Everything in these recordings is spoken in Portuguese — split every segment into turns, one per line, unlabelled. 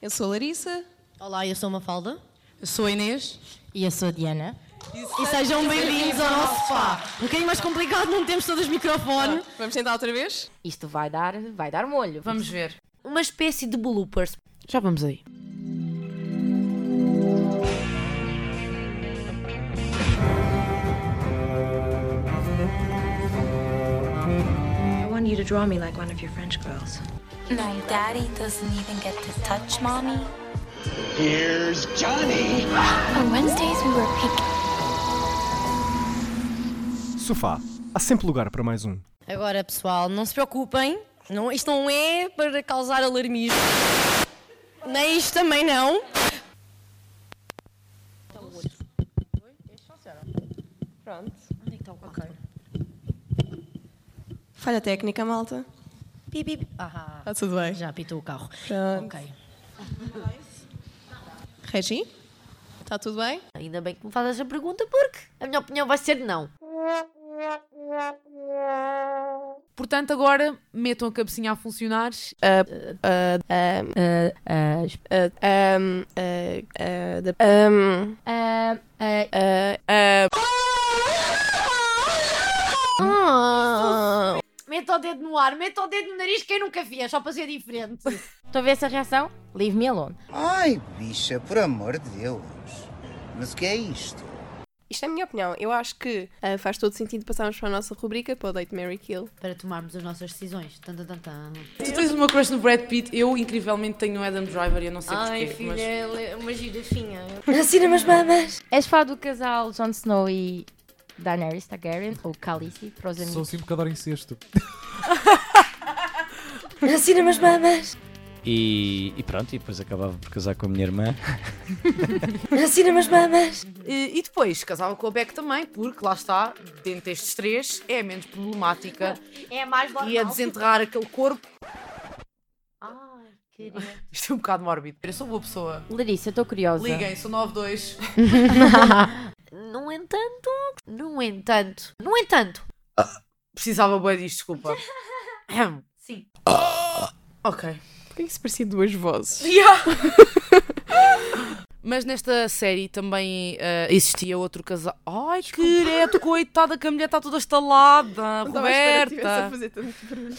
Eu sou a Larissa.
Olá, eu sou a Mafalda.
Eu sou a Inês.
E eu sou a Diana.
E sejam bem-vindos ao nosso spa. Um bocadinho mais complicado, não temos todos microfone.
Vamos tentar outra vez?
Isto vai dar, vai dar molho.
Vamos ver.
Uma espécie de bloopers.
Já vamos aí.
I want you to draw me like one of your French girls.
No, Daddy doesn't even get to touch Mommy.
Here's Johnny.
On Wednesdays, we were picking.
Sofá. Há sempre lugar para mais um.
Agora, pessoal, não se preocupem. Não, isto não é para causar alarmismo. Nem isto também não.
Falha técnica, malta.
Pi, pi, pi. Ahá,
Está tudo bem.
já apitou o carro. Ok.
Regi?
Tá
Está tudo bem?
Ainda bem que me fazes a pergunta porque a minha opinião vai ser não.
Portanto, agora metam a cabecinha a funcionar.
Ah, ah, ah. Meta o dedo no ar, meta o dedo no nariz, quem nunca
é
via, só para ser diferente. Estão a ver essa reação? Leave me alone.
Ai, bicha, por amor de Deus. Mas o que é isto?
Isto é a minha opinião. Eu acho que ah, faz todo sentido passarmos para a nossa rubrica, para o Date Mary Kill.
Para tomarmos as nossas decisões. Tan, tan, tan, tan.
Tu tens uma crush no Brad Pitt. Eu, incrivelmente, tenho o Adam Driver e eu não sei porquê. mas-
é uma girafinha.
És fã do casal Jon Snow e Daenerys Targaryen, ou Khaleesi, para os amigos.
Sou sempre cada em sexto.
E, e pronto, e depois acabava por casar com a minha irmã.
E, e depois casava com a Beck também, porque lá está, dentre estes três, é a menos problemática.
É a mais
e a desenterrar aquele corpo.
Ai, querido.
Isto é um bocado mórbido. Eu sou boa pessoa.
Larissa, eu estou curiosa.
Liguem, sou 92.
No entanto, no entanto, no entanto.
Precisava boa disto, desculpa. Ahem.
Sim.
ok.
Por que isso parecia duas vozes?
Mas nesta série também eh, existia outro casal. Ai, que direto, coitada, que a mulher está toda estalada.
Não estava à espera que tivesse a
Roberta.
fazer tanto barulho.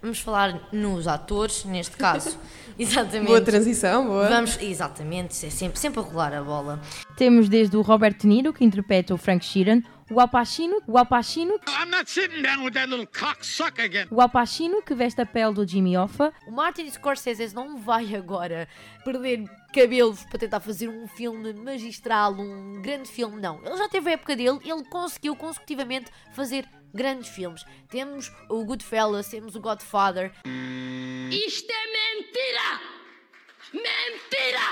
Vamos falar nos atores, neste caso. Exatamente.
Boa transição, boa.
Vamos, exatamente, é sempre, sempre a rolar a bola.
Temos desde o Robert De Niro, que interpreta o Frank Sheeran, o Al Pacino, o Al Pacino,
I'm not sitting down with that little cocksucker again.
o Al Pacino, que veste a pele do Jimmy Hoffa. O Martin Scorsese não vai agora perder cabelos para tentar fazer um filme magistral, um grande filme, não. Ele já teve a época dele, ele conseguiu consecutivamente fazer grandes filmes. Temos o Goodfellas, temos o Godfather,
Isto é mentira! Mentira!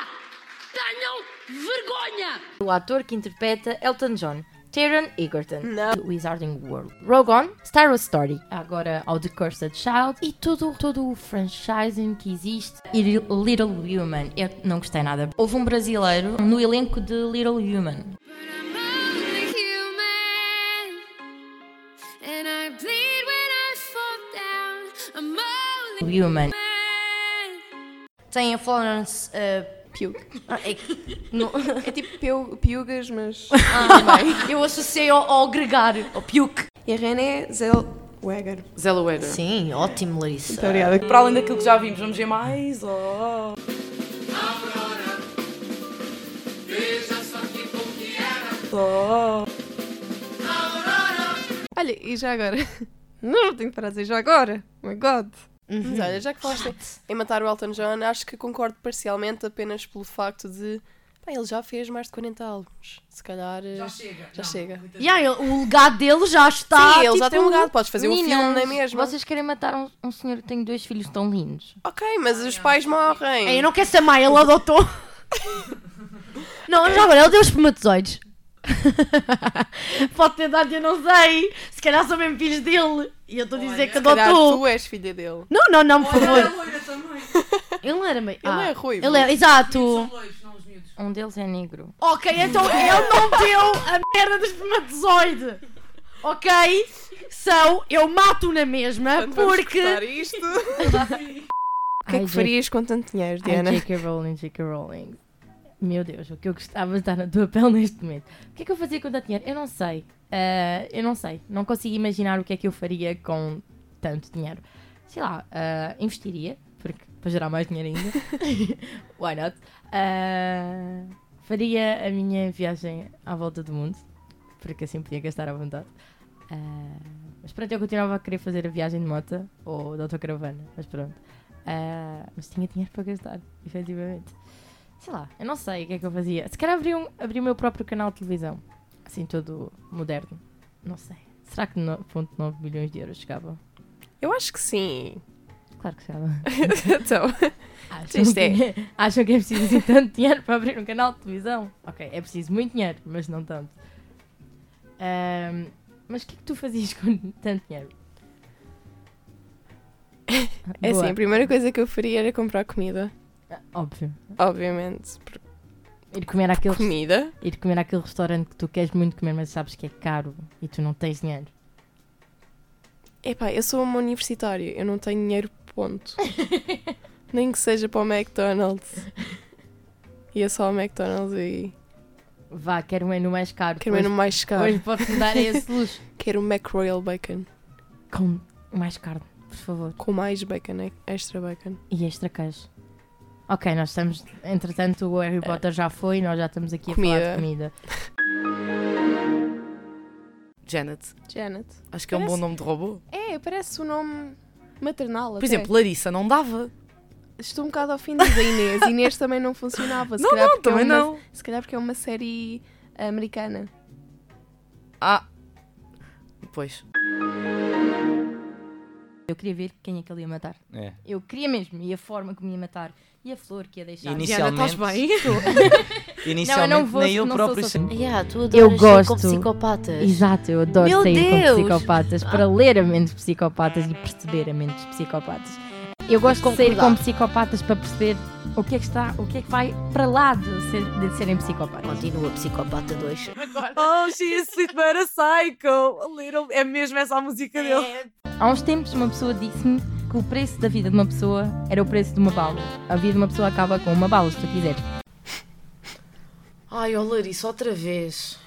Tenham vergonha!
o ator que interpreta Elton John. Taron Egerton, do Wizarding World, Rogue On, Star Wars Story, agora ao The Cursed Child e todo, todo o franchising que existe. E Little Women, eu não gostei nada. Houve um brasileiro no elenco de Little Women. Women.
Tem a Florence. eh,
Piu-
ah, é que- não-
É tipo piu- piugas, mas...
eu associei ao, ao gregário, ao Piuque.
E a é René Zellweger.
Zella Weather.
Sim, ótimo, Larissa.
Muito obrigada.
Para além daquilo que já vimos, vamos ver mais? Oh.
Olha, e já agora? Não, tenho que parar de dizer já agora. Oh my God.
Uhum.
Mas olha, já que falaste em matar o Elton John, acho que concordo parcialmente apenas pelo facto de... Pá, ele já fez mais de 40 álbuns. Se calhar... eh, Já chega. Já chega.
E aí, o legado dele já está.
Sim, ele já
tipo,
tem um legado. Podes fazer um
Meninas,
filme, não é mesmo?
Vocês querem matar um, um senhor que tem dois filhos tão lindos?
Ok, mas os pais morrem.
É, Eu não quero ser mãe, ele adotou. não, já agora, ele deu espermatozoides. Pode ter dado, eu não sei. Se calhar são mesmo filhos dele. E eu estou a dizer que
Se calhar
adotou.
tu é és filha dele.
Não, não, não, por favor. Ele era meio.
Ele
ah,
é ruivo.
Ele é, exato.
Um deles é negro.
Ok, então ele não deu a merda do espermatozoide. ok? São, eu mato na mesma
Então,
Portanto, vamos cortar
porque.
isto. O que é que farias com tanto dinheiro,
Ai,
Diana?
J.K. Rowling, J.K. Rowling. Meu Deus, o que eu gostava de estar na tua pele neste momento. O que é que eu fazia com tanto dinheiro? Eu não sei. Ah, eu não sei. Não consigo imaginar o que é que eu faria com tanto dinheiro. Sei lá, ah, investiria, porque para gerar mais dinheiro ainda. Why not? Ah, faria a minha viagem à volta do mundo, porque assim podia gastar à vontade. Ah, mas pronto, eu continuava a querer fazer a viagem de moto ou de autocaravana, mas pronto. Ah, mas tinha dinheiro para gastar, efetivamente. Sei lá, eu não sei o que é que eu fazia. Se calhar abri, um, abri o meu próprio canal de televisão, assim todo moderno. Não sei. Será que 9.9 bilhões de euros chegava?
Eu acho que sim.
Claro que chegava.
então,
Acham,
Isto
que,
é.
acham que é preciso assim tanto dinheiro para abrir um canal de televisão? Ok, é preciso muito dinheiro, mas não tanto. Ahm, mas o que é que tu fazias com tanto dinheiro?
é
Boa. Ah,
assim, a primeira coisa que eu faria era comprar comida.
Óbvio.
Obviamente. Porque
Ir comer, àquele,
comida?
ir comer àquele restaurante que tu queres muito comer, mas sabes que é caro e tu não tens dinheiro.
Epá, eu sou uma universitária, eu não tenho dinheiro, ponto. Nem que seja para o McDonald's. Ia só ao McDonald's e
Vá, quero um menu mais caro.
quero mesmo mais caro.
Hoje pode me dar esse luxo.
Quero um McRoyal Bacon.
Com mais carne, por favor.
Com mais bacon, né? extra bacon.
E extra queijo. Ok, nós estamos. Entretanto, o Harry Potter já foi, nós já estamos aqui a falar
É. Comida.
de comida.
Janet.
Janet.
Acho que é um bom
Parece-
nome de robô.
É, parece o nome maternal.
Por exemplo, Larissa não dava.
Estou um bocado ofendida, Inês. Inês também não funcionava. Se
Não,
calhar
não,
porque é
também
uma-
não.
Se calhar porque é uma série americana.
Ah. Pois.
Eu queria ver quem é que ele ia matar.
É.
Eu queria mesmo, e a forma como ia matar, e a flor que ia deixar.
Inicialmente,
Diana, estás bem?
inicialmente
Não, eu não vou-
nem eu
não sou
próprio
sozinha.
sei.
Yeah, tu adoras
Eu
sair eh, com
gosto.
psicopatas.
Exato, eu adoro
Meu
sair
Deus! Ah.
com psicopatas para ler a mente de psicopatas e perceber a mente de psicopatas. Eu gosto de sair
Concordar.
com psicopatas para perceber o que é que está, o que é que vai para lá de, ser- de serem psicopatas.
Continua Psicopata 2.
Oh, she is sweet but a psycho. A little... É mesmo essa a música dele.
Há uns tempos uma pessoa disse-me que o preço da vida de uma pessoa era o preço de uma bala. A vida de uma pessoa acaba com uma bala, se tu quiseres.
Ai, oh Larissa, outra vez.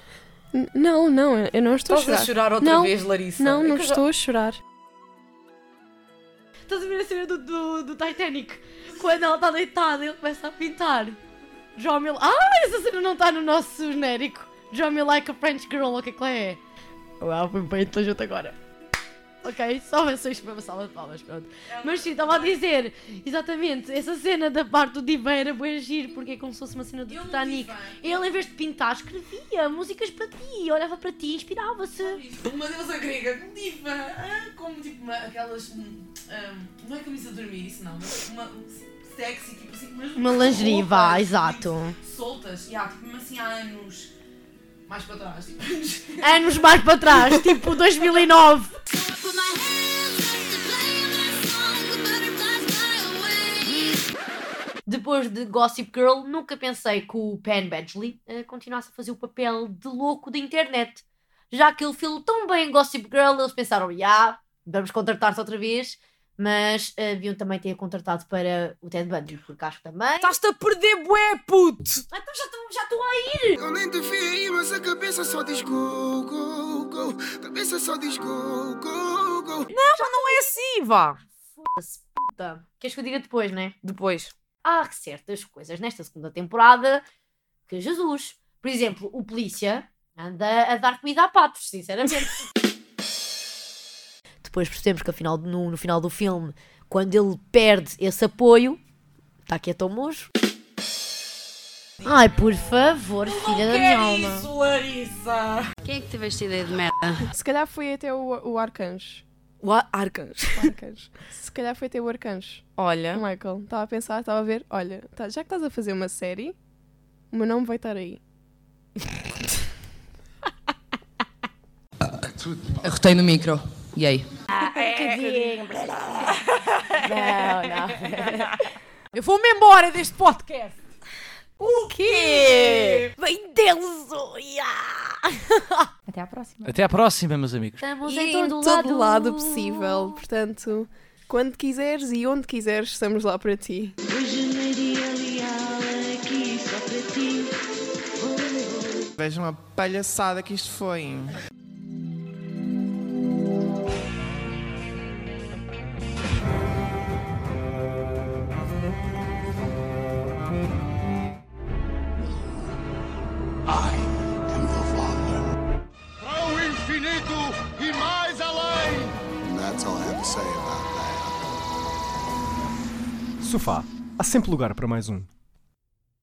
N- não, não, eu não estou
Estás a chorar outra
Não,
vez, Larissa?
Não,
É
não
que eu já-
estou a chorar.
Estás a ver a cena do, do, do Titanic? Quando ela está deitada, ele começa a pintar. Draw me... Ah, essa cena não está no nosso genérico. Draw me like a French girl, ou o que é que lá é? Uau, foi bem, estou junto agora. Ok, só vocês para uma salva de palmas, pronto. Mas sim, estava a dizer, exatamente, essa cena da parte do divã era bem giro, porque é como se fosse uma cena do Titanic. Ele, em vez de pintar, escrevia músicas para ti, olhava para ti e inspirava-se.
Tipo, Uma deusa grega com diva, ah, como tipo uma- aquelas. hum, hum, não é camisa de dormir, isso não, mas uma um sexy, tipo assim, mas.
Uma lingerie,
roupas,
vá,
tipo,
exato.
Soltas, e há tipo mesmo assim há anos. Mais para trás, tipo anos.
anos mais para trás, tipo 2009. Depois de Gossip Girl, nunca pensei que o Penn Badgley eh, continuasse a fazer o papel de louco da internet. Já que ele filmou tão bem em Gossip Girl, eles pensaram, já, vamos contratar-te outra vez. Mas eh, deviam também ter contratado para o Ted Bundy, porque acho que também...
Estás-te a perder, bué, puto!
Ah, Tá, então já estou- já estou aí!
Eu nem devia ir, mas a cabeça só diz go, go, go. Cabeça só diz go, go, go.
É assim, vá!
Puta. Tá. Queres que eu diga depois, né?
Depois.
há certas coisas nesta segunda temporada que Jesus. Por exemplo, o polícia anda a dar comida a patos, sinceramente. Depois percebemos que afinal, no, no final do filme, quando ele perde esse apoio, está aqui a tão mojo. Ai, por favor, filha da minha alma.
Larissa!
Quem é que teve esta ideia de merda?
Se calhar foi até o, o arcanjo.
O Ar- Arcas.
O arcanjo. Se calhar foi até o arcanjo.
Olha,
Michael, estava a pensar, estava a ver. Olha, tá- já que estás a fazer uma série, o meu nome vai estar aí.
Arrotei no micro. E aí?
Ah, é,
eu vou-me embora deste podcast! O quê?
Bem denso! ia.
Até à próxima.
Até à próxima, meus amigos.
Estamos
E
é em todo lado.
lado possível. Portanto, quando quiseres e onde quiseres, estamos lá para ti.
Vejam a palhaçada que isto foi.
Ao infinito e mais além. And that's all I have to say about that.
Sofá, há sempre lugar para mais um.